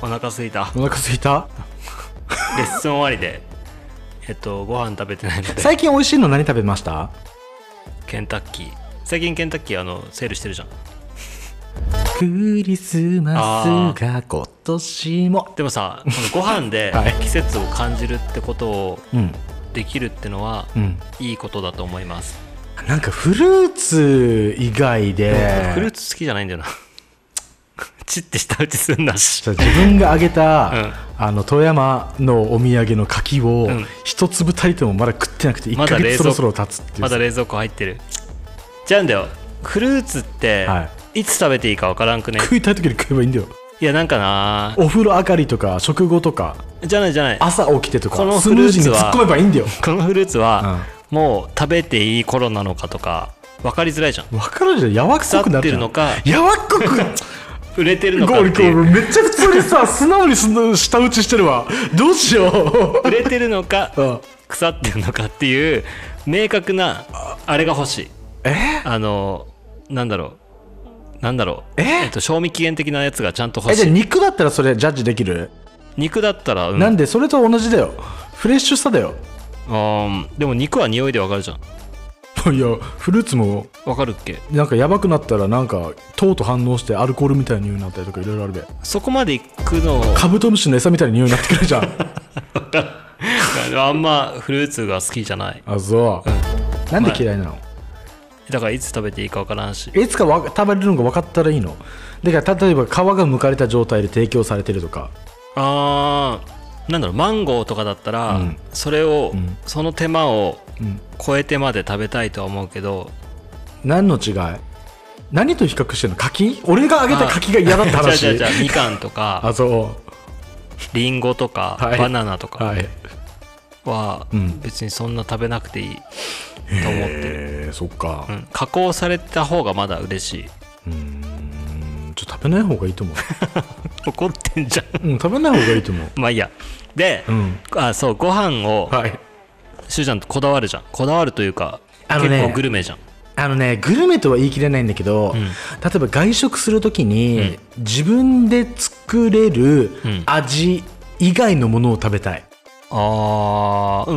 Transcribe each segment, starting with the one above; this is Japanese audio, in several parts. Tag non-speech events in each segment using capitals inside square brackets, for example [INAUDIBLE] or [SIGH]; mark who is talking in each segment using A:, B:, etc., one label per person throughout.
A: 腹すいた [LAUGHS]
B: お腹すいた
A: レッスン終わりでえっとご飯食べてないので
B: 最近美味しいの何食べました
A: ケンタッキー最近ケンタッキーあのセールしてるじゃん
B: クリスマスが今年も
A: でもさこのご飯で
B: [LAUGHS] はい
A: 季節を感じるってことを
B: うん
A: できるってのは
B: うん
A: いいことだと思います、
B: なんかフルーツ以外で
A: フルーツ好きじゃないんだよな [LAUGHS] チって舌打ちすんなし
B: そう自分があげた、
A: うん
B: あの富山のお土産の柿を
A: うん
B: 一粒たりともまだ食ってなくて1
A: まだ
B: ヶ
A: 冷
B: 月
A: 蔵
B: そろそろ経つっていう
A: まだ冷蔵庫入ってるじゃあんだよフルーツって
B: はい
A: つ食べていいかわからんくね
B: 食いたい時に食えばいいんだよ
A: いやなんかな
B: お風呂上がりとか食後とか
A: じゃないじゃない
B: 朝起きてとか
A: この
B: ス
A: フ
B: ム
A: ル
B: ー
A: ー
B: ジー
A: ツ
B: に
A: は
B: 突っ込めばいいんだよ
A: このフルーツは、もう食べていい頃なのかとか分かりづらいじゃん
B: 分かるじゃんやわっ
A: 腐
B: こくな
A: っ
B: る
A: て
B: じ
A: る
B: ゃん
A: のか
B: やわっこく
A: 売れてるの
B: ゴ
A: か
B: ー
A: っ
B: ル
A: て
B: ゴ
A: い
B: ー
A: う
B: ルめっちゃ普通にさ素直にすん舌打ちしてるわどうしよ [LAUGHS]
A: 売れてるのか
B: ううん
A: 腐ってるのかっていう明確なあれが欲しい
B: え
A: あのなんだろうなんだろう
B: え
A: っと、賞味期限的なやつがちゃんと欲
B: えじゃあ
A: しい
B: 肉だったらそれジャッジできる、
A: 肉だったら、うん、
B: なんでそれと同じだよフレッシュさだよ
A: うんでも肉は匂いでわかるじゃん
B: [LAUGHS] いやフルーツも
A: わかるっけ
B: なんかやばくなったらなんか糖と反応してアルコールみたいな匂いになったりとかいろいろあるべ
A: そこまで行くの
B: カブトムシの餌みたいな匂いになってくるじ [LAUGHS] ゃん
A: あんまフルーツが好きじゃない
B: あそう、なんで嫌いなの、
A: だからいつ食べていいか分からんし
B: いつかわ食べれるのが分かったらいいのだから例えば皮が剥かれた状態で提供されてるとか
A: あーなんだろうマンゴーとかだったら、
B: うん
A: それを、
B: ん
A: その手間を
B: うん
A: 超えてまで食べたいとは思うけど
B: 何の違い何と比較してんの柿俺があげた柿が嫌だって話
A: じゃじゃじゃ [LAUGHS] みかんとか
B: あそ
A: りんごとか、
B: はい
A: バナナと
B: う
A: か
B: はい
A: は、
B: うん
A: 別にそんな食べなくていいと思ってる、
B: えー、そっか
A: うん、加工された方がまだ嬉しい
B: うんちょっと食べない方がいいと思う
A: 怒ってんじゃ [LAUGHS] ん
B: うん食べない方がいいと思う
A: まあいいやで、
B: うん
A: あそうご飯を
B: はい
A: しゅうちゃんとこだわるじゃんこだわるというか
B: あのね
A: 結構グルメじゃん
B: あのねグルメとは言い切れないんだけど、
A: ん
B: 例えば外食するときに、自分で作れる
A: うん
B: 味以外のものを食べたい、
A: あーう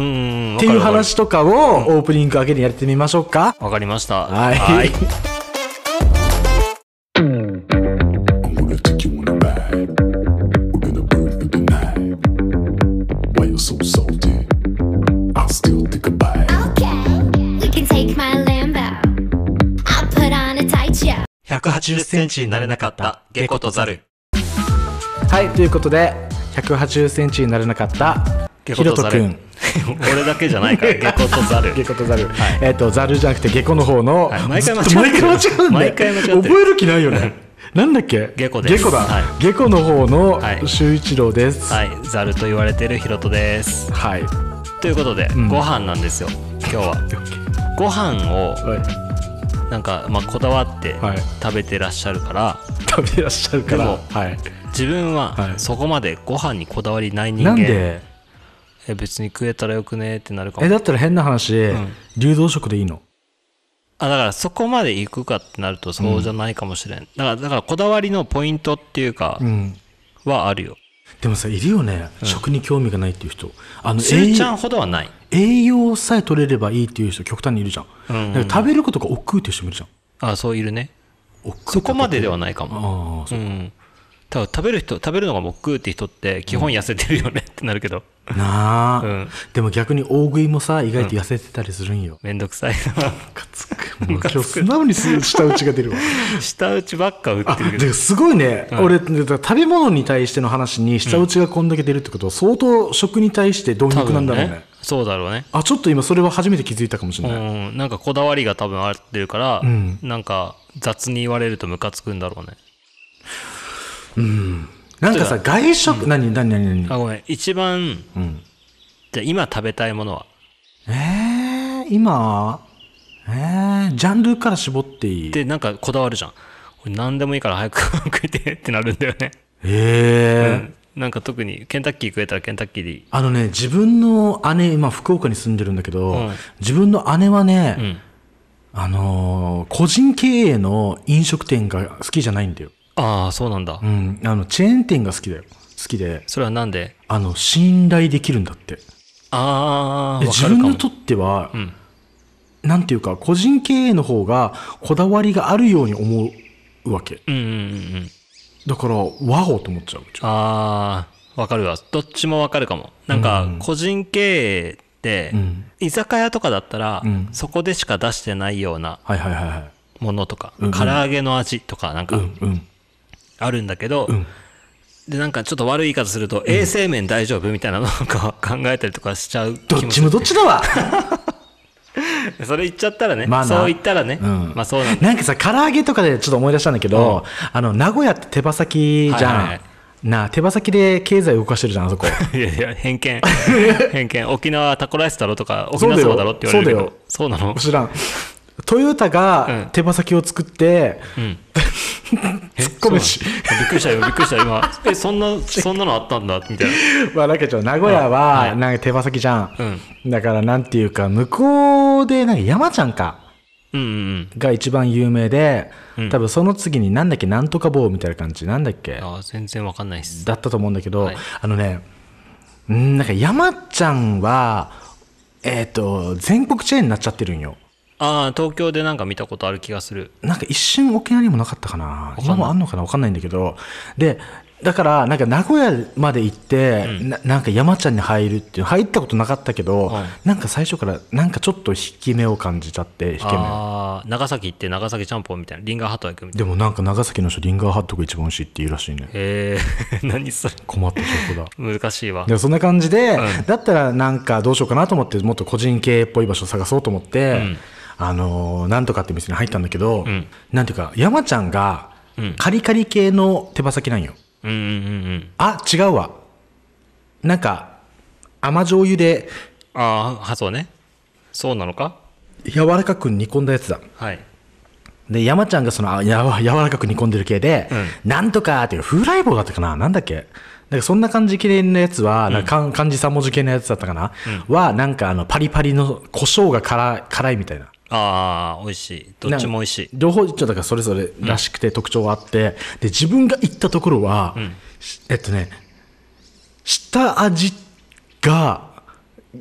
A: ん
B: っていう
A: わかるわかる
B: 話とかをオープニング明けにやってみましょうか、
A: わかりました
B: はい [LAUGHS]
A: はい
C: We can take my Lambo. I'll put on a tight show.
A: 180センチになれなかったゲコとザル
B: はいということで1 8 0センチになれなかった
A: ゲ
B: ひ
A: コ
B: ろ
A: と
B: と
A: ザ
B: く
A: ル
B: ん
A: 俺だけじゃ
B: [LAUGHS]
A: ないからゲコとザル
B: ゲコとザル、えっ、とザルじゃなくてゲコの方の、
A: はい毎回間違っ
B: ず
A: て
B: と
A: る
B: 毎回間違
A: 毎回間違
B: うんだよ
A: ってる
B: 覚える気ないよねなんだっけ
A: ゲコです
B: ゲコだ、
A: は
B: ゲコの方の
A: はい
B: 周一郎です
A: はいザルと言われてるヒロトです
B: はい、
A: ということで、
B: ん
A: ご飯なんですよ今日はご飯を
B: はい
A: なんか、まあ、こだわって
B: はい
A: 食べてらっしゃるから、
B: 食べらっしゃるから
A: でも
B: はい、
A: 自分
B: は
A: はいそこまでご飯にこだわりない人間
B: なんで
A: え別に食えたらよくねってなるかも
B: えだったら変な話、流動食でいいの
A: あだからそこまで行くかってなるとそうじゃないかもしれん、だからだからこだわりのポイントっていうか
B: うん
A: はあるよ、
B: でもさいるよね、食に興味がないっていう人あの
A: スーちゃ
B: 栄
A: んほどはない
B: 栄養さえ取れればいいっていう人極端にいるじゃん、
A: うん
B: だから食べることが億劫っていう人もいるじゃん
A: あそういるね
B: 億劫
A: そこまでではないかも
B: ああ
A: う
B: そ
A: ん多分食べる人食べるのがもう食うって人って基本痩せてるよね [LAUGHS] ってなるけど
B: うなあ、
A: うん
B: でも逆に大食いもさ意外と痩せてたりするんよ、
A: めんどくさい [LAUGHS]
B: ムカつくもう今日素直にす舌打ちが出るわ
A: な舌打ちばっか打っ
B: あ
A: てるけど
B: でもすごいね、俺だから食べ物に対しての話に舌打ちがこんだけ出るってことは相当食に対して貪
A: 多
B: 欲なん
A: 分
B: だろうね
A: ねそうだろうね
B: あちょっと今それは初めて気づいたかもしれない、
A: うんなんかこだわりが多分あってるから、
B: ん
A: なんか雑に言われるとムカつくんだろうね
B: なんかさ外食、何何何
A: あ
B: 何
A: ごめん一番
B: うん
A: じゃあ今食べたいものは
B: えー、今えー、ジャンルから絞っていい
A: でなんかこだわるじゃん俺何でもいいから早く [LAUGHS] 食いてってなるんだよね、
B: えー
A: なんか特にケンタッキー食えたらケンタッキーでいい
B: あのね自分の姉今福岡に住んでるんだけど、
A: うん
B: 自分の姉はね、
A: うん
B: あのー個人経営の飲食店が好きじゃないんだよ、
A: ああそうなんだ、
B: うん、あのチェーン店が好きだよきで、
A: それはなんで
B: あの、信頼できるんだって。
A: ああ、
B: で
A: わ
B: 自
A: かる
B: 分
A: かも
B: に。とっては、
A: ん
B: なんていうか、個人経営の方がこだわりがあるように思うわけ。
A: うんうんうんうん。
B: だから、ワオと思っちゃう。
A: ああ、わかるわ。どっちもわかるかも。なんか、個人経営って、
B: うん
A: 居酒屋とかだったら、
B: うん
A: そこでしか出してないような
B: はいはいはいはい。
A: ものとか、
B: うんうん
A: 唐揚げの味とか、なん
B: う
A: か、
B: んうん。
A: あるんだけど、
B: ん
A: で、なんかちょっと悪い言い方すると、衛生面大丈夫みたいなのなんか考えたりとかしちゃう気
B: どっ
A: も
B: ち
A: する
B: もどっちだわ
A: それ言っちゃったらね、
B: まあな
A: そう言ったらね、
B: うん
A: まあそうなんだ。
B: なんかさ、唐揚げとかでちょっと思い出したんだけど、あの、名古屋って手羽先じゃん。
A: はいはいはい
B: なあ手羽先で経済動かしてるじゃん、あそこ。
A: [LAUGHS] いやいや、偏見。偏見。沖縄はタコライスだろとか、沖
B: そう
A: 縄
B: だよ
A: そばだろって言われるけど。そうなの
B: 知らん。トヨタ
A: う
B: が
A: ん
B: 手羽先を作って、
A: [LAUGHS] ん
B: 突っ込むし。
A: びっくりしたよ、びっくりしたよ、今。 [LAUGHS] え、そんな、そんなのあったんだ、みたいな。
B: まあだけど名古屋
A: うんは
B: はいなんか手羽先じゃん、だからなんていうか向こうでなんか山ちゃんか
A: うんうんうん。
B: が一番有名で、
A: ん
B: 多分その次になんだっけなんとか棒みたいな感じなんだっけ
A: あー全然わかんないっす。
B: だったと思うんだけど、
A: はい
B: あのねうんなんか山ちゃんはえっ、と全国チェーンになっちゃってるんよ
A: ああ、東京でなんか見たことある気がする。
B: なんか一瞬沖縄にもなかったかな
A: かんない
B: 今もあんのかなわかんないんだけどでだからなんか名古屋まで行って、ななんか山ちゃんに入るっていう入ったことなかったけど、
A: はい
B: なんか最初からなんかちょっと引き目を感じちゃって引き目
A: ああ、長崎行って長崎ちゃんぽんみたいな。リンガーハット行くみたいな。
B: でもなんか長崎の人リンガーハットが一番美味しいっていうらしいね
A: えー、 [LAUGHS] 何それ。
B: 困った証拠だ
A: 難しいわ。
B: でそんな感じで、だったらなんかどうしようかなと思ってもっと個人経営っぽい場所探そうと思って、あのーなんとかって店に入ったんだけど、
A: ん
B: なんていうか山ちゃんが
A: うん
B: カリカリ系の手羽先なんよ、
A: うんうんうんうん。
B: あ、違うわ。なんか、甘醤油で
A: ああ、そうね。そうなのか
B: 柔らかく煮込んだやつだ。
A: はい。
B: で、山ちゃんがその、あやわ柔らかく煮込んでる系で、なんとかっていう、風来坊だったかななんだっけなんかそんな感じ系のやつは、なんか漢漢字三文字系のやつだったかな、は、なんかあの、パリパリの胡椒が辛い辛いみたいな。
A: ああ、美味しい。どっちも美味しい。
B: 両方、ちょっとだからそれぞれらしくて特徴があって、で、自分が行ったところは、しえっとね、下味が、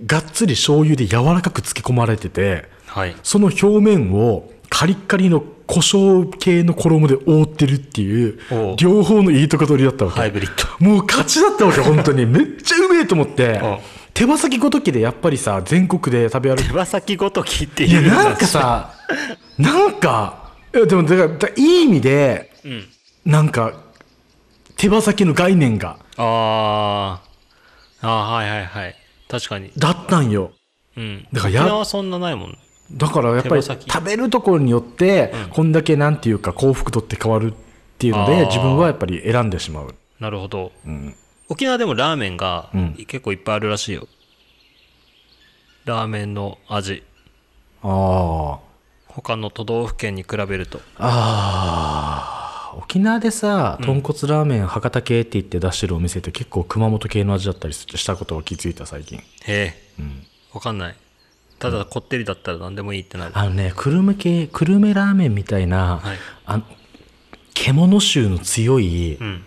B: がっつり醤油で柔らかく漬け込まれてて、
A: はい。
B: その表面をカリッカリの胡椒系の衣で覆ってるっていう
A: おう、
B: 両方のいいとこ取りだったわけ。
A: ハイブリッド。
B: もう勝ちだった [LAUGHS] わけ、本当に。めっちゃうめえと思って
A: うん、
B: 手羽先ごときでやっぱりさ、全国で食べ歩く
A: 手羽先ごときって
B: いや
A: いうのが
B: なんかさなんかいやでもだからだいい意味で、なんか手羽先の概念が
A: ああ、ああ、はいはいはい。確かに。
B: だったんよ
A: うん。
B: だから
A: 沖
B: や
A: 縄はそんなないもん。
B: だからやっぱり
A: 手羽先
B: 食べるところによって、こんだけなんていうか幸福度って変わるっていうの
A: あ
B: で
A: ー
B: 自分はやっぱり選んでしまう
A: なるほど。沖縄でもラーメンが
B: ん
A: 結構いっぱいあるらしいよ。ラーメンの味。
B: あ
A: 他の都道府県に比べると。
B: ああー沖縄でさ豚骨ラーメン博多系って言って出してるお店って結構熊本系の味だったりしたことを気づいた最近
A: へえ。わかんない。ただこってりだったら何でもいいってなる。
B: あのね、久留米系、久留米ラーメンみたいな、
A: はい
B: あの獣臭の強い、
A: うん。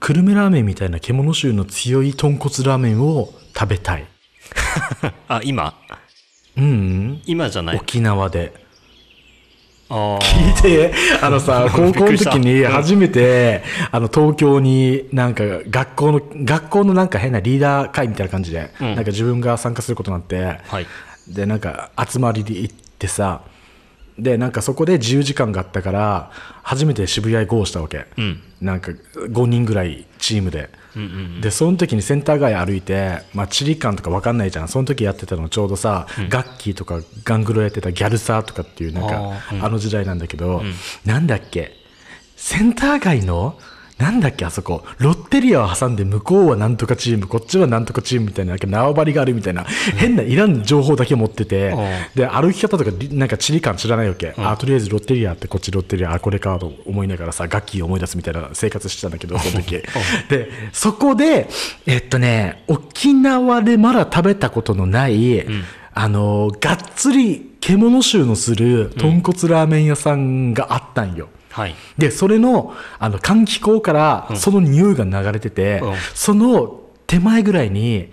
B: 久留米ラーメンみたいな獣臭の強い豚骨ラーメンを食べたい。
A: あ、今
B: うんうん、
A: 今じゃない。
B: 沖縄で。
A: ああ。
B: で、あのさ、高校の時に初めて、あの、東京になんか学校の、学校のなんか変なリーダー会みたいな感じで、
A: ん
B: なんか自分が参加することになって、
A: はい。
B: でなんか集まりで行ってさでなんかそこで自由時間があったから初めて渋谷へゴーしたわけ、
A: ん
B: なんか5人ぐらいチームで、でその時にセンター街歩いて、まあ、地理感とか分かんないじゃんその時やってたのちょうどさ、ガッキーとかガングロやってたギャルサーとかっていうなんか
A: あーうん
B: あの時代なんだけど、なんだっけセンター街のなんだっけあそこロッテリアを挟んで向こうはなんとかチームこっちはなんとかチームみたいななんか縄張りがあるみたいな変ないらん情報だけ持ってて、
A: う
B: で歩き方とかりなんか地理感知らないわけ、あとりあえずロッテリアってこっちロッテリアあこれかと思いながらさガッキー思い出すみたいな生活してたんだけどその時でそこでえっとね沖縄でまだ食べたことのない、あのがっつり獣臭のする豚骨ラーメン屋さんがあったんよ、
A: はい。
B: でそれのあの換気口からその匂いが流れてて、
A: うん
B: その手前ぐらいに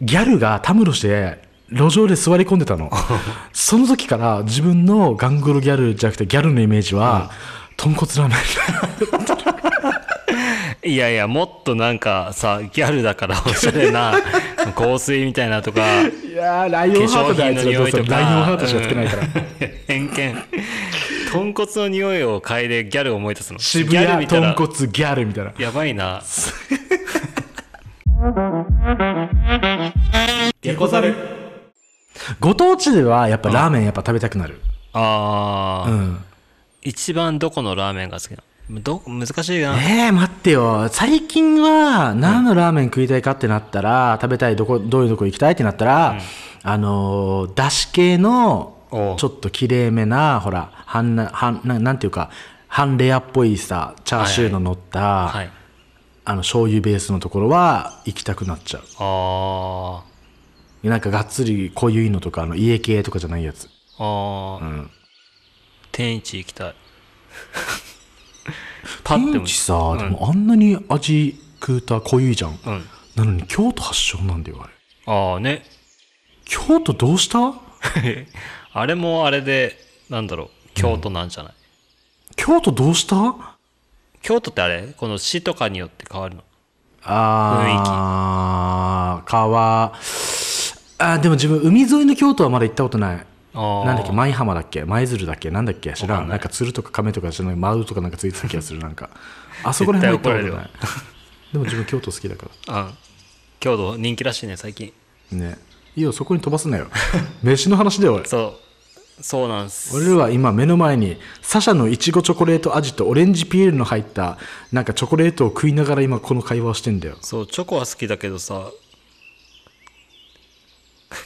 B: ギャルがたむろして路上で座り込んでたのその時から自分のガングロギャルじゃなくてギャルのイメージは、豚骨ラーメ
A: いやいや、もっとなんかさ、ギャルだからおしゃれ
B: [LAUGHS]
A: な香水みたいなとか、
B: ンいやーライ
A: 化
B: オンハート
A: 粧
B: で
A: 品
B: あい
A: の
B: つら
A: 匂い
B: そう
A: と
B: そう
A: か。
B: ライオンハートしかつけないから、
A: うん。 [LAUGHS] 偏見。豚骨の匂いを嗅いでギャルを思い出すの。
B: 渋
A: ギャル見
B: 谷
A: たら
B: 豚骨ギャルみたいな
A: やばいな。
B: デコザルご当地ではやっぱラーメンやっぱ食べたくなる、
A: あ
B: う
A: ー、
B: ん、
A: 一番どこのラーメンが好きなのど難しいな。
B: ええ待ってよ最近は何のラーメン食いたいかってなったら、食べたいどこどういうとこ行きたいってなったら、あのーだし系の
A: おう
B: ちょっときれいめなほら半な半ななんていうか半レアっぽいさチャーシューの乗った、
A: はい。
B: あの醤油ベースのところは行きたくなっちゃ
A: あ
B: うなんかがっつり濃ゆいのとかあの家系とかじゃないやつ
A: ー、あー、
B: ん
A: 天一行きたい。パッて
B: 天
A: も
B: 地さ、でもあんなに味食うた濃ゆいじゃん、
A: うん。
B: なのに京都発祥なんだよあれ
A: ああね。
B: 京都どうした
A: あれもあれで、なんだろう、京都なんじゃない、
B: 京都どうした
A: 京都ってあれこの市とかによって変わるの。
B: あー川あーでも自分海沿いの京都はまだ行ったことない
A: ああ。
B: なんだっけ舞浜だっけ舞鶴だっけなんだっけ知ら
A: わか
B: んなんん
A: ない
B: か鶴とか亀とか知らない丸とかなんかついてた気がするなんかあそこら辺は行ったことない [LAUGHS] でも自分京都好きだか
A: うん。京都人気らしいね、最近。
B: らねいいよそこに飛ばすなよ [LAUGHS] 飯の話だよ俺
A: そう。そうなんす。
B: 俺らは今目の前にサシャのいちごチョコレート味とオレンジピールの入ったなんかチョコレートを食いながら今この会話をしてんだよ
A: そう、チョコは好きだけどさ、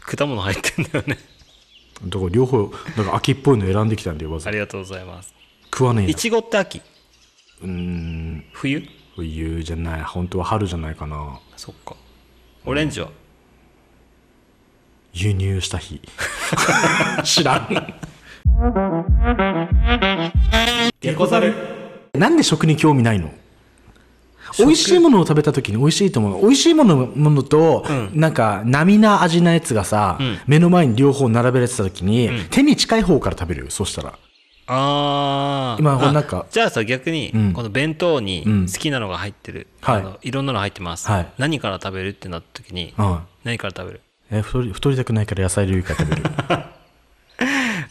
A: 果物入ってんだよね。 [LAUGHS]
B: だから両方なんか秋っぽいの選んできたんだよわざ
A: あ
B: わざ
A: りがとうございます。
B: 食わねえない
A: ちごって秋
B: うーん
A: 冬
B: 冬じゃない本当は春じゃないかな
A: そっか。オレンジは、
B: 輸入した [LAUGHS] 日知らん
A: デコザル
B: なんで食に興味ないの美味しいものを食べた時に美味しいと思う美味しいものものと、なんか並な味なやつがさ、目の前に両方並べられてた時に、手に近い方から食べるよそしたら
A: あー
B: 今
A: あ
B: なんか
A: じゃあさ逆に、
B: ん
A: この弁当に
B: ん
A: 好きなのが入ってる、
B: は
A: あ
B: い
A: のいろんなの入ってます、
B: はい
A: 何から食べるってなった時に、
B: うん
A: 何から食べる
B: え太り太りたくないから野菜類から食 [LAUGHS] べる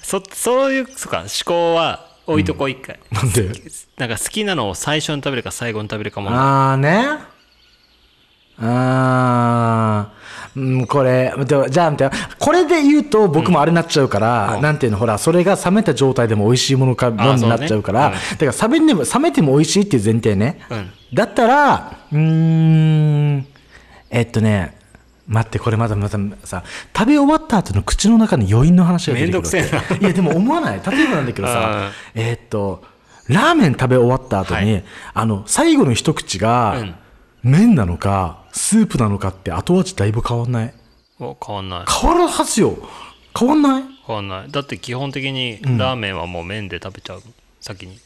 A: そそういうそっか思考は置いとこう一回、
B: なんで
A: なんか好きなのを最初に食べるか最後に食べるかも
B: ああね。あーうん、これ、でもじゃあ、みたいな。これで言うと、僕もあれになっちゃうから、なんていうの、ほら、それが冷めた状態でも美味しいものか、ものになっちゃうから、
A: そうね
B: だから冷めても、冷めても美味しいっていう前提ね。
A: うん
B: だったら、うーん、えっとね、待って、これまだまださ、食べ終わった後の口の中の余韻の話が出てくるわけ
A: めんどくせえない
B: や、でも思わない。例えばなんだけどさ、えーっと、ラーメン食べ終わった後に、
A: は
B: あの、最後の一口が、
A: うん
B: 麺なのか、スープなのかって後味だいぶ変わんない
A: お変わんない
B: 変わるはずよ変わんない
A: 変わんないだって基本的にラーメンはもう麺で食べちゃう、先に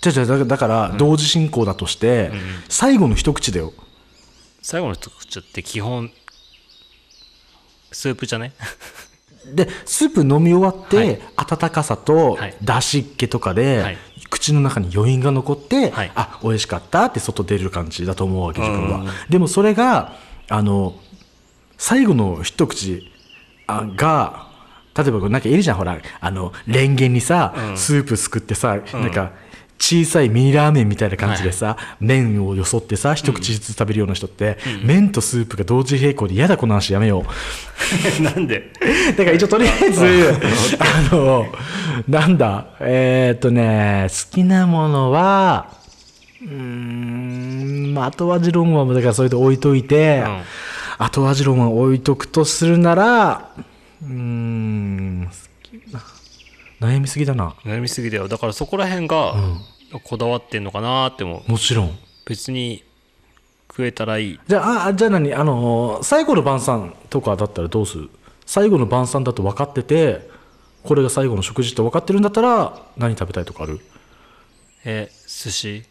B: じゃじゃだだから、同時進行だとして、最後の一口だよ。
A: 最後の一口って基本スープじゃ
B: [LAUGHS]
A: ね
B: で、スープ飲み終わって、
A: はい
B: 温かさと
A: はい、
B: だしっ気とかで、
A: はい
B: 口の中に余韻が残って、
A: はい
B: あ、美味しかったって外出る感じだと思うわけ、自分は。でもそれが、あの、最後の一口あが、例えばこれなんかいるじゃん、ほら、あの、レンゲにさ、スープすくってさ、なんか、小さいミニラーメンみたいな感じでさ、麺をよそってさ一口ずつ食べるような人って、麺とスープが同時並行で嫌だこの話やめよう
A: なんで
B: [LAUGHS] だから一応とりあえず、あの、なんだ、えーっとね、好きなものは、うーん、まあ後味論は、だからそれで置いといて、
A: うん
B: 後味論は置いとくとするなら、うーん、好きな、悩みすぎだな。
A: 悩みすぎだよだからそこら辺がこだわってんのかなっても
B: もちろん。
A: 別に食えたらいい
B: じゃあ、あじゃあ何、あの、最後の晩餐とかだったらどうする最後の晩餐だと分かってて、これが最後の食事って分かってるんだったら、何食べたいとかある
A: え寿司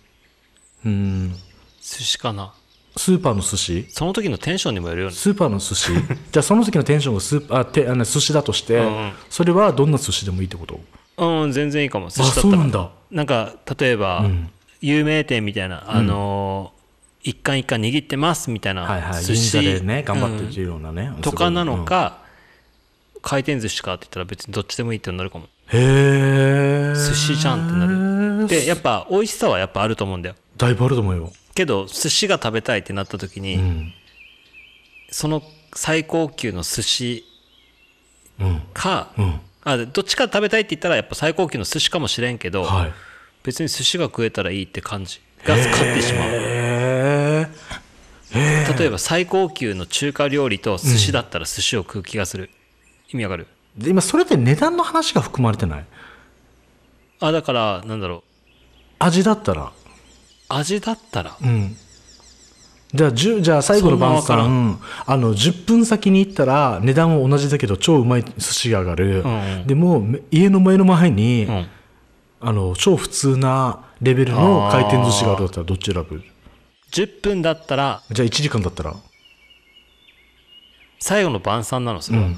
B: うん
A: 寿司かな
B: スーパーの寿司
A: その時のテンションにもよるよね
B: スーパーの
A: [LAUGHS]
B: 寿司じゃあその時のテンションがスーパーあてあの寿司だとして、
A: うん
B: それはどんな寿司でもいいってこと
A: うん全然いいかも寿司だった
B: あそう
A: ら
B: なんだ
A: なんか例えば、
B: ん
A: 有名店みたいなあのー一貫一貫握ってますみたいな、
B: はいはい
A: 寿司
B: 銀座でね頑張ってるようなね、
A: うんとかなのか、回転寿司かって言ったら別にどっちでもいいってなるかも
B: すごい、うんへえ
A: 寿司じゃんってな
B: る
A: でやっぱ美味しさはやっぱあると思うんだよ
B: だいぶあると思うよ、
A: けど寿司が食べたいってなった時に、
B: うん
A: その最高級の寿司
B: うん
A: か、
B: うん
A: あでどっちか食べたいって言ったらやっぱ最高級の寿司かもしれんけど、
B: はい
A: 別に寿司が食えたらいいって感じが勝ってしまう
B: へえ
A: 例えば最高級の中華料理と寿司だったら寿司を食う気がする、意味わかる
B: で今それって値段の話が含まれてない
A: あだからなんだろう
B: 味だったら
A: 味だったら
B: うんじゃあ10じゃあ最後の
A: そん
B: 晩さ
A: なわから
B: んあの10分先に行ったら値段は同じだけど超うまい寿司が上が
A: ん
B: る、
A: うん
B: でもめ家の前の前に、
A: うん
B: あの超普通なレベルの回転寿司があるだったらどっち選ぶ
A: 10分だったら
B: じゃあ1時間だったら
A: 最後の晩餐なのそれは、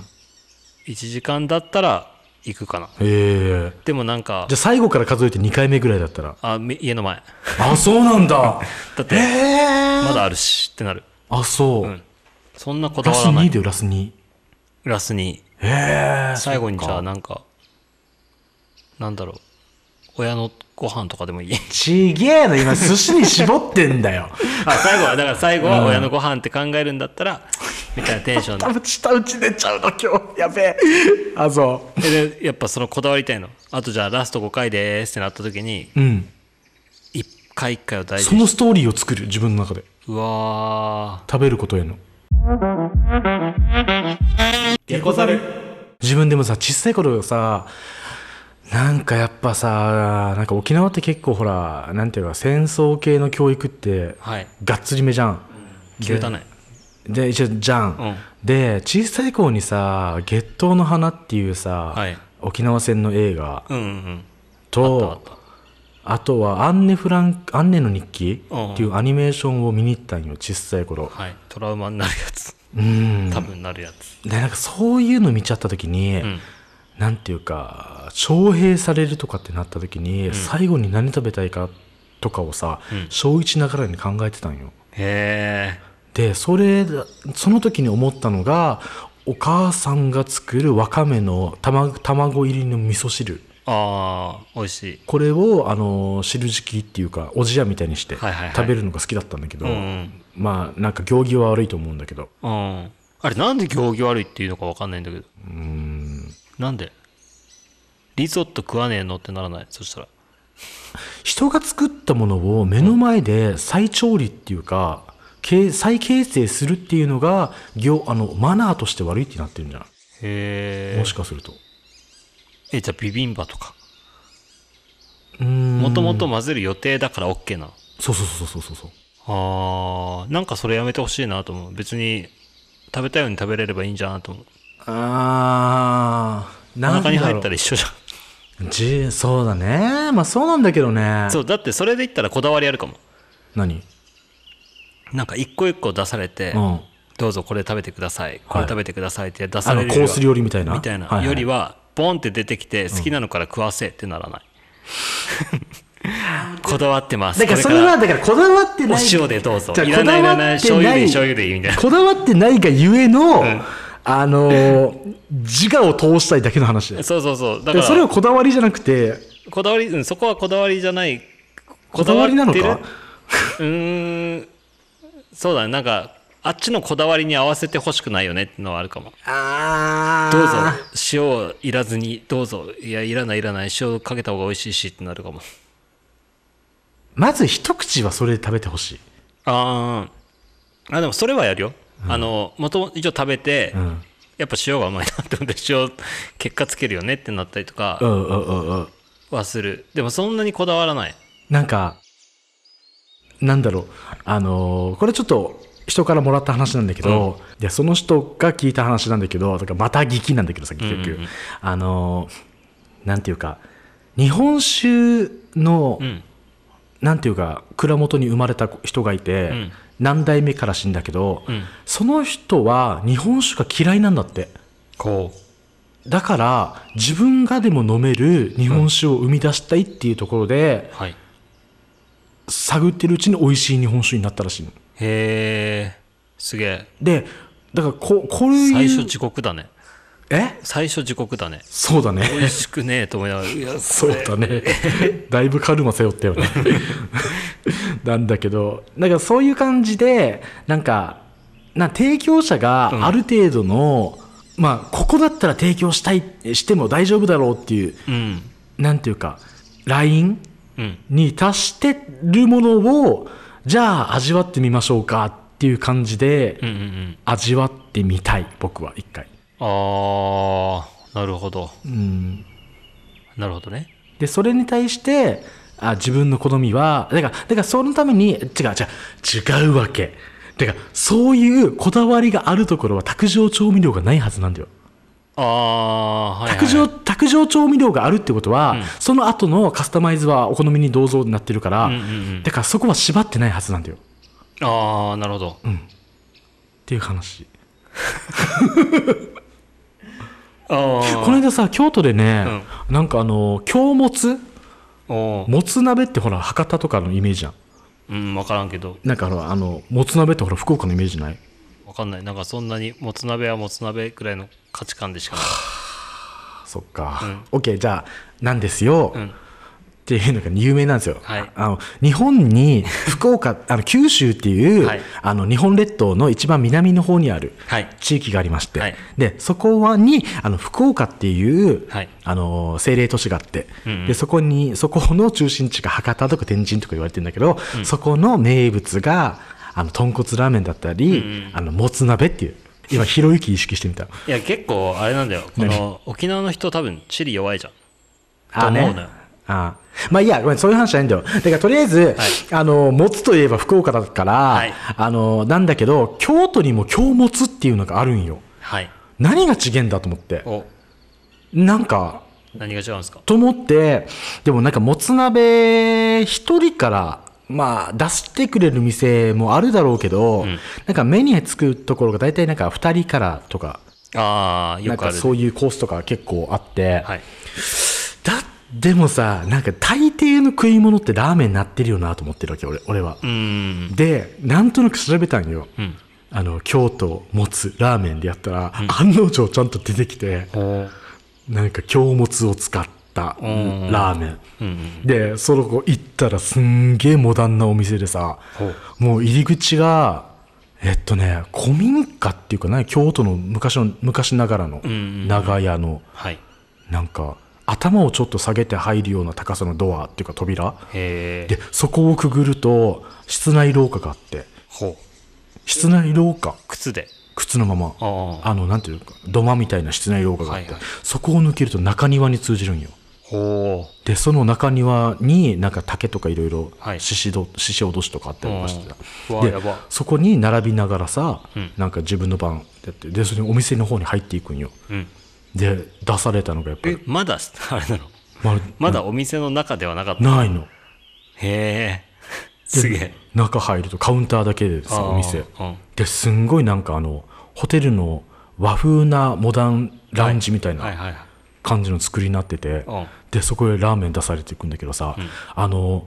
A: 1時間だったら行くかな
B: ええ
A: でもなんか
B: じゃあ最後から数えて2回目ぐらいだったら
A: あみ家の前
B: あそうなんだ
A: だって
B: [LAUGHS] ええ
A: まだあるしってなる
B: あそう、
A: んそんなこだ
B: ラ
A: わ
B: ス
A: らな
B: 2
A: い
B: だよラス2
A: ラスに
B: ええ
A: 最後にじゃあなんかなんだろう親のご飯とかでもいい
B: ちげえな今寿司に絞ってんだよ
A: あ最後はだから最後は親のご飯って考えるんだったらみたいなテンシ [LAUGHS] ョンで
B: [LAUGHS] 多分舌打ち出ちゃうの今日やべえあそ
A: えでやっぱそのこだわりたいのあとじゃあラスト5回でーすってなった時に
B: ううん
A: 1回1回を大事
B: そ
A: に
B: のストーリーを作る自分の中で
A: うわ
B: 食べることへの
A: ー猫猿
B: 自分でもさ小さい頃さなんかやっぱさなんか沖縄って結構ほらなんていうか戦争系の教育って
A: はい
B: がっつりめじゃん、
A: 消えたね
B: で一応じゃん、
A: うん
B: で小さい頃にさ「月頭の花」っていうさ、
A: はい
B: 沖縄戦の映画
A: うんうんあ
B: と
A: ったあっ
B: あとは「アンネ・フランアンネの日記」
A: うん
B: っていうアニメーションを見に行ったんよ小さい頃
A: たはいトラウマになるやつ
B: うん
A: 多分なるやつ、
B: でなんかそういうの見ちゃった時に、
A: ん
B: なんていうか徴兵されるとかってなった時に、最後に何食べたいかとかをさ、小1ながらに考えてたんよ
A: へえ
B: でそれその時に思ったのがお母さんが作るわかめの卵卵入りの味噌汁
A: ああ美味しい
B: これをあの汁敷きっていうかおじやみたいにして
A: はいはいはい
B: 食べるのが好きだったんだけど、
A: うん
B: まあなんか行儀は悪いと思うんだけど
A: うん、うん、あれなんで行儀悪いっていうのか分かんないんだけど
B: うん
A: なんでリゾット食わねえのってならないそしたら
B: 人が作ったものを目の前で再調理っていうか、け再形成するっていうのが行あのマナーとして悪いってなってるんじゃない、
A: へえ
B: もしかすると
A: えじゃあビビンバとか
B: うーん
A: もともと混ぜる予定だから OK な
B: そうそうそうそうそうそう
A: あーなんかそれやめてほしいなと思う別に食べたいように食べれればいいんじゃなと思う
B: あー
A: お
B: な
A: 腹
B: んだろう
A: に入ったら一緒じゃん
B: じそうだねまあそうなんだけどね
A: そうだってそれで言ったらこだわりあるかも
B: 何
A: なんか一個一個出されて、
B: うん
A: どうぞこれ食べてくださいこれ食べてくださいって出さ
B: あ
A: れる
B: のコ
A: よりは
B: ース料理みたいな
A: みたいな、
B: はは
A: よりはボンって出てきて好きなのから食わせってならない、こだわってます
B: だからそれはだからこだわっ
A: これ
B: て
A: からお
B: ない
A: 塩でどうぞい
B: じゃ
A: ら
B: あ
A: ないいらない
B: こだ
A: 醤
B: わっ
A: 油でいい
B: て
A: 醤油でいいみたいな
B: こだわってないがゆえの、あのー自我を通したいだけの話だ
A: [LAUGHS]
B: よ
A: そうそうそうだか
B: で
A: ら
B: それをこだわりじゃなくて
A: こだわり、うん、そこはこだわりじゃない
B: こだわりなのか
A: こだわってるうーんそうだねなんかあっちのこだわりに合わせてほしくないよねってのはあるかも
B: あ
A: どうぞ塩いらずにどうぞいやいらないいらない塩かけた方が美味しいしってなるかも
B: まず一口はそれで食べてほしい、
A: あーあでもそれはやるよ、あのもとも一応食べて、
B: うん、
A: やっぱ塩がうまいなって思って塩結果つけるよねってなったりと
B: う
A: か
B: んうんうんうん
A: はする、でもそんなにこだわらない
B: なんかなんだろうあのーこれちょっと人からもらった話なんだけど、いやその人が聞いた話なんだけどだからまた聞きなんだけどさ結
A: う
B: 局、
A: んうんうん
B: あのーなんていうか日本酒の
A: うん
B: なんていうか蔵元に生まれた人がいて、
A: ん
B: 何代目から死んだけど、
A: ん
B: その人は日本酒が嫌いなんだって
A: こ
B: だから自分がでも飲める日本酒を生み出したいっていうところで
A: う、はい。
B: 探ってるうちに美味しい日本酒になったらしいの
A: へえ、すげえ。
B: でだからここうい
A: 最
B: う
A: 初地獄だね。
B: え
A: 最初地獄だね。
B: そうだね
A: 美味しくねえと思いながら、いや、
B: そうだねだいぶカルマ背負ったよねなんだけどなんかそういう感じでなんかな提供者
A: ん
B: がある程度の、まあここだったら提供したいしても大丈夫だろうっていう
A: うん。
B: なんていうかライン
A: うん。
B: に達してるものをじゃあ味わってみましょうかっていう感じで、
A: うんうんうん。
B: 味わってみたい僕は一回。
A: あー、なるほど。
B: うん
A: なるほどね。
B: でそれに対してあ自分の好みはだからだからそのために違う違う違うわけてかそういうこだわりがあるところは卓上調味料がないはずなんだよ
A: あー、はい、はい。
B: 卓上,、卓上調味料があるってことは、その後のカスタマイズはお好みにどうぞになってるから、
A: うんうんうん
B: だからそこは縛ってないはずなんだよっ
A: あー、なるほど。
B: ていう話
A: あー。
B: この間さ京都でね、なんかあの京もつ
A: おー
B: もつ鍋ってほら博多とかのイメージじゃん
A: うん、わからんけど。
B: なんかほらあのもつ鍋ってほら福岡のイメージない
A: わかんない。なんかそんなに、もつ鍋はもつ鍋くらいの価値観でしかない。
B: そっか、オッ OK じゃあなんですよ、っていうのが有名なんですよ、
A: はい
B: あの日
A: [LAUGHS]
B: 本に福岡あの九州っていう、
A: はい
B: あの日本列島の一番南の方にある
A: はい
B: 地域がありまして、
A: はい
B: でそこはにあの福岡っていう、
A: はい
B: あの政令都市があって、
A: うんうん
B: でそこにそこの中心地が博多とか天神とか言われてるんだけど、そこの名物があの豚骨ラーメンだったり、あのもつ鍋っていう今ひろゆき意識してみた
A: いや、結構あれなんだよ。この、沖縄の人多分、地理弱いじゃん。と思うのよ
B: あまあいいや、ごめん、そういう話じゃないんだよ。だからとりあえず、あの、もつといえば福岡だから、
A: い
B: あの、なんだけど、京都にも京もつっていうのがあるんよ。
A: はい。
B: 何が違えんだと思って。
A: お、
B: なんか、
A: 何が違うんですか
B: と思って、でもなんかもつ鍋一人から、まあ出してくれる店もあるだろうけど、
A: ん
B: なんか目につくところが大体なんか二人からとか、
A: ああ、
B: な
A: よ
B: ん
A: くあ
B: か
A: る。
B: そういうコースとか結構あって、
A: はい。
B: だでもさなんか大抵の食い物ってラーメンになってるよなと思ってるわけ俺俺は
A: う、ーん。
B: でなんとなく調べたんよ、
A: ん
B: あの京都もつラーメンでやったら、案の定ちゃんと出てきて
A: お
B: なんか京もつを使った
A: ん
B: ラーメン、
A: うん。
B: でその子行ったらすんげえモダンなお店でさ
A: ほう
B: もう入り口がえっとね古民家っていうかね京都の昔の昔ながらの
A: んうん
B: 長屋の、
A: はい。
B: なんか頭をちょっと下げて入るような高さのドアっていうか扉
A: へえ
B: で。そこをくぐると室内廊下があって
A: ほう。
B: 室内廊下
A: 靴で。
B: 靴のまま
A: ああ
B: あのなんていうか土間みたいな室内廊下があって、
A: はいはい
B: そこを抜けると中庭に通じるんよ
A: ほ
B: でその中庭になんか竹とかいろいろ
A: はい
B: 獅子ど獅子落としとかあったりとかしてた、
A: うんうわ
B: で
A: やば
B: そこに並びながらさ、
A: うん
B: なんか自分の番やってでそれでお店の方に入っていくんよ
A: う。うん。
B: で出されたのがやっぱ
A: え
B: り、
A: まだ、 [LAUGHS] あれなの
B: まる
A: まだお店の中ではなかった。
B: ないの
A: へえ。
B: です
A: げえ。
B: 中入るとカウンターだけで
A: あ
B: さ
A: ー
B: お店
A: うん
B: ですんごいなんかあのホテルの和風なモダンラウンジみたい
A: はい
B: な
A: はい。
B: 感じの作りになってて、
A: うん
B: でそこでラーメン出されていくんだけどさ、あの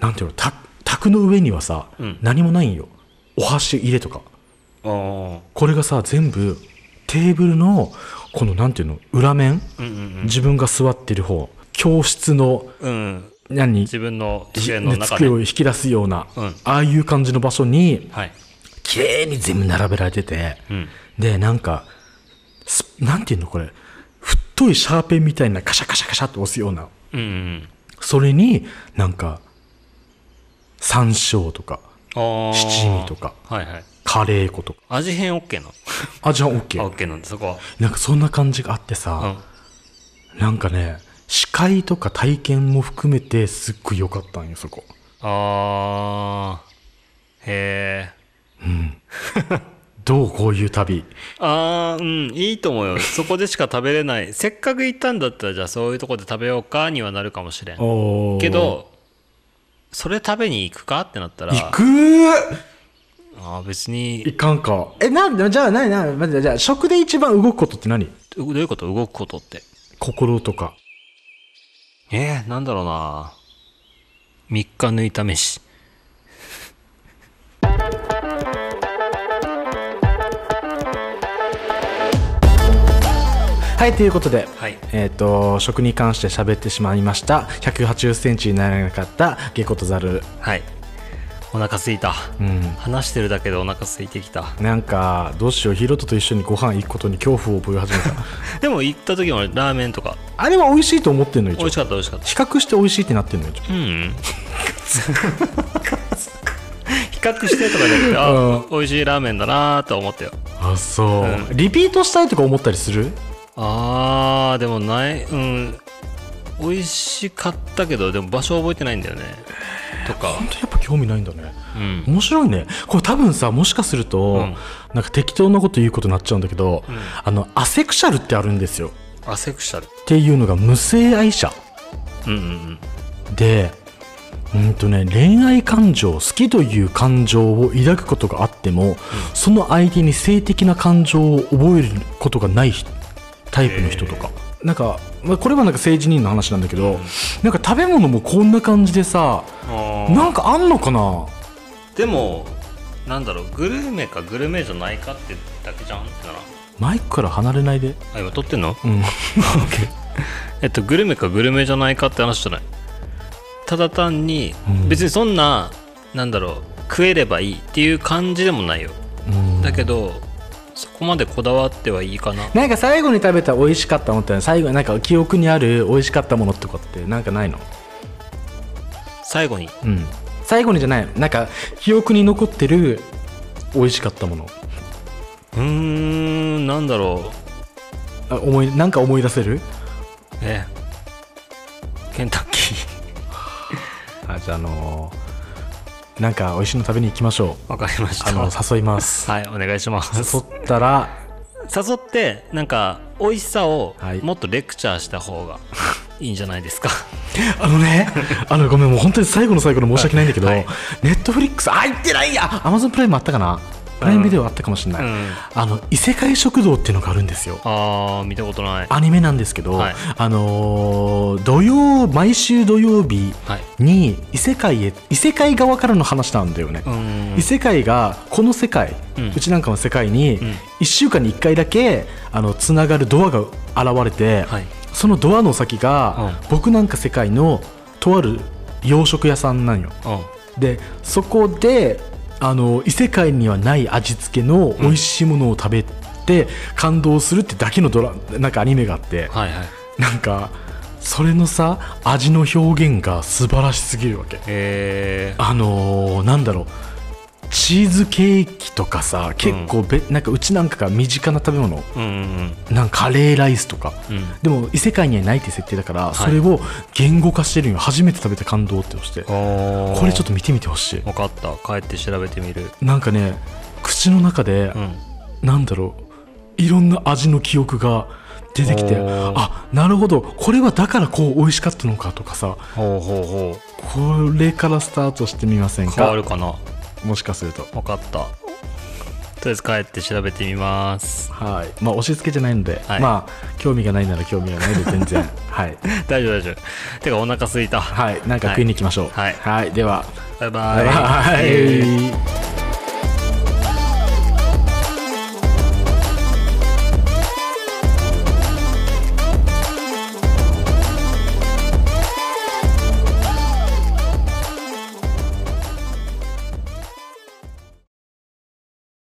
B: なんていうのた卓の上にはさ、
A: うん
B: 何もないんよお箸入れとか
A: おー
B: これがさ全部テーブルのこのなんていうの裏面、
A: うんうん
B: 自分が座ってる方教室の
A: うん。うん。
B: 何
A: 自分の
B: ひ
A: 机の中で
B: 机。を引き出すような、
A: うん
B: ああいう感じの場所に
A: はい。
B: 綺麗に全部並べられてて、
A: うん。
B: でなんかすなんていうのこれ太いシャーペンみたいなカシャカシャカシャって押すような
A: うんうん
B: それになんか山椒とか
A: うん。おー
B: 七味とか
A: はいはい。
B: カレー粉とか
A: 味変 OK なの
B: あじゃあ
A: あ
B: OK
A: OK なんで、そこは。
B: なんかそんな感じがあってさ、なんかね司会とか体験も含めてすっごい良かったんよそこ
A: あーへえ
B: どうこういう旅
A: あーうんいいと思うよそこでしか食べれないせっかく行ったんだったらじゃあそういうとこで食べようかにはなるかもしれん
B: おー
A: けどそれ食べに行くかってなったら
B: 行くー
A: ああ別に
B: いかんか。え、なんで、じゃあ、なになに、まずじゃあ、食で一番動くことって何
A: どういうこと動くことって
B: 心とか。
A: えー、なんだろうな3日抜いた飯
B: はい、ということで、
A: はい
B: えっ、と、食に関して喋ってしまいました。180センチにならなかったゲコとザル。
A: はいお腹すいた、
B: うん。
A: 話してるだけでお腹空いてきた
B: なんか、どうしよう、ヒロトと一緒にご飯行くことに恐怖を覚え始めた。
A: [LAUGHS]
B: [LAUGHS]
A: でも行った時もラーメンとか
B: あれは美味しいと思ってんの、一
A: 美
B: 応
A: 味し。かった美味しかった
B: 比較して美味しいってなってんのよ、一応。
A: うん比較してとかじゃなくてあ
B: うん
A: 美味しいラーメンだなーと思ったよ
B: あ、そう、
A: う
B: リピートしたいとか思ったりする
A: あーでもないうん美味しかったけどでも場所覚えてないんだよねとか
B: 本当やっぱ興味ないんだね。
A: うん
B: 面白いねこれ多分さもしかすると、
A: ん
B: なんか適当なこと言うことになっちゃうんだけど、あのアセクシャルってあるんですよっ
A: アセクシャル
B: ていうのが無性愛者
A: うんうん
B: でうんとね恋愛感情好きという感情を抱くことがあっても、その相手に性的な感情を覚えることがない人タイプの人とか。なんかまあこれはなんか政治人の話なんだけど、なんか食べ物もこんな感じでさ
A: うん
B: なんかあんのかな
A: でもなんだろうグルメかグルメじゃないかってだけじゃんってな
B: マイクから離れないで、
A: あ今撮ってんの
B: うん、
A: えっとグルメかグルメじゃないかって話じゃないただ単に、
B: うん
A: 別にそんななんだろう食えればいいっていう感じでもないよ
B: うん
A: だけどそこまでこだわってはいいかな
B: なんか最後に食べた美味しかったものって最後になんか記憶にある美味しかったものとかってなんかないの
A: 最後に
B: うん最後にじゃないなんか記憶に残ってる美味しかったもの
A: うーんなんだろ
B: あ思いなんか思い出せる
A: うえケンタッキー [LAUGHS]
B: あじゃああのーなんか美味しいの食べに行きましょ
A: わかりまし
B: うあ
A: た
B: の
A: は
B: 誘います
A: いお願いします
B: [LAUGHS] 誘ったら
A: 誘ってなんか美味しさを
B: はい
A: もっとレクチャーした方 [LAUGHS] がいいんじゃないですか
B: あのねあのごめんもう本当に最後の最後の申し訳ないんだけど、
A: はい
B: ネットフリックスあ入ってないやアマゾンプライムあったかなプライムビデオあったかもしれない、
A: うん
B: あの異世界食堂っていうのがあるんですよ
A: あー見たことない
B: アニメなんですけど、
A: はい
B: あのー土曜毎週土曜日
A: はい
B: に異世界へ異世界側からの話なんだよね、
A: うん
B: 異世界がこの世界、う
A: うん
B: ちなんかの世界に
A: ん
B: 1週間に1回だけあのつながるドアが現れて、
A: はい
B: そのドアの先が、僕なんか世界のとある洋食屋さんなんよ
A: うん
B: でそこであの異世界にはない味付けの美味しいものを食べて感動するってだけのドラなんかアニメがあって、
A: はいはい
B: なんかそれのさ味の表現が素晴らしすぎるわけ
A: え
B: あのーなんだろうチーズケーキとかさ結構べ、なんかうちなんかが身近な食べ物
A: ー、うん
B: なんかカレーライスとか、
A: うんうん
B: でも異世界にはないって設定だから、
A: い
B: それを言語化してるんよ初めて食べた感動って押してこ
A: お
B: れちょっと見てみてほしい
A: 分かった帰って調べてみる
B: なんかね口の中で、
A: うん
B: なんだろういろんな味の記憶が出てきて
A: おー
B: あなるほどこれはだからこう美味しかったのかとかさ
A: ほうほうほう
B: これからスタートしてみません
A: 変わる
B: か
A: かな
B: もしかすると
A: 分かったとりあえず帰って調べてみます
B: はいまあ押し付けじゃないので、
A: はい
B: まあ興味がないなら興味がない
A: [LAUGHS]
B: で全然はい
A: 大丈夫大丈夫てかお腹空いた
B: はいなんか食いに行きましょう
A: はい
B: はい、では
A: バイバ
B: バ
A: イ [LAUGHS]
B: イバイ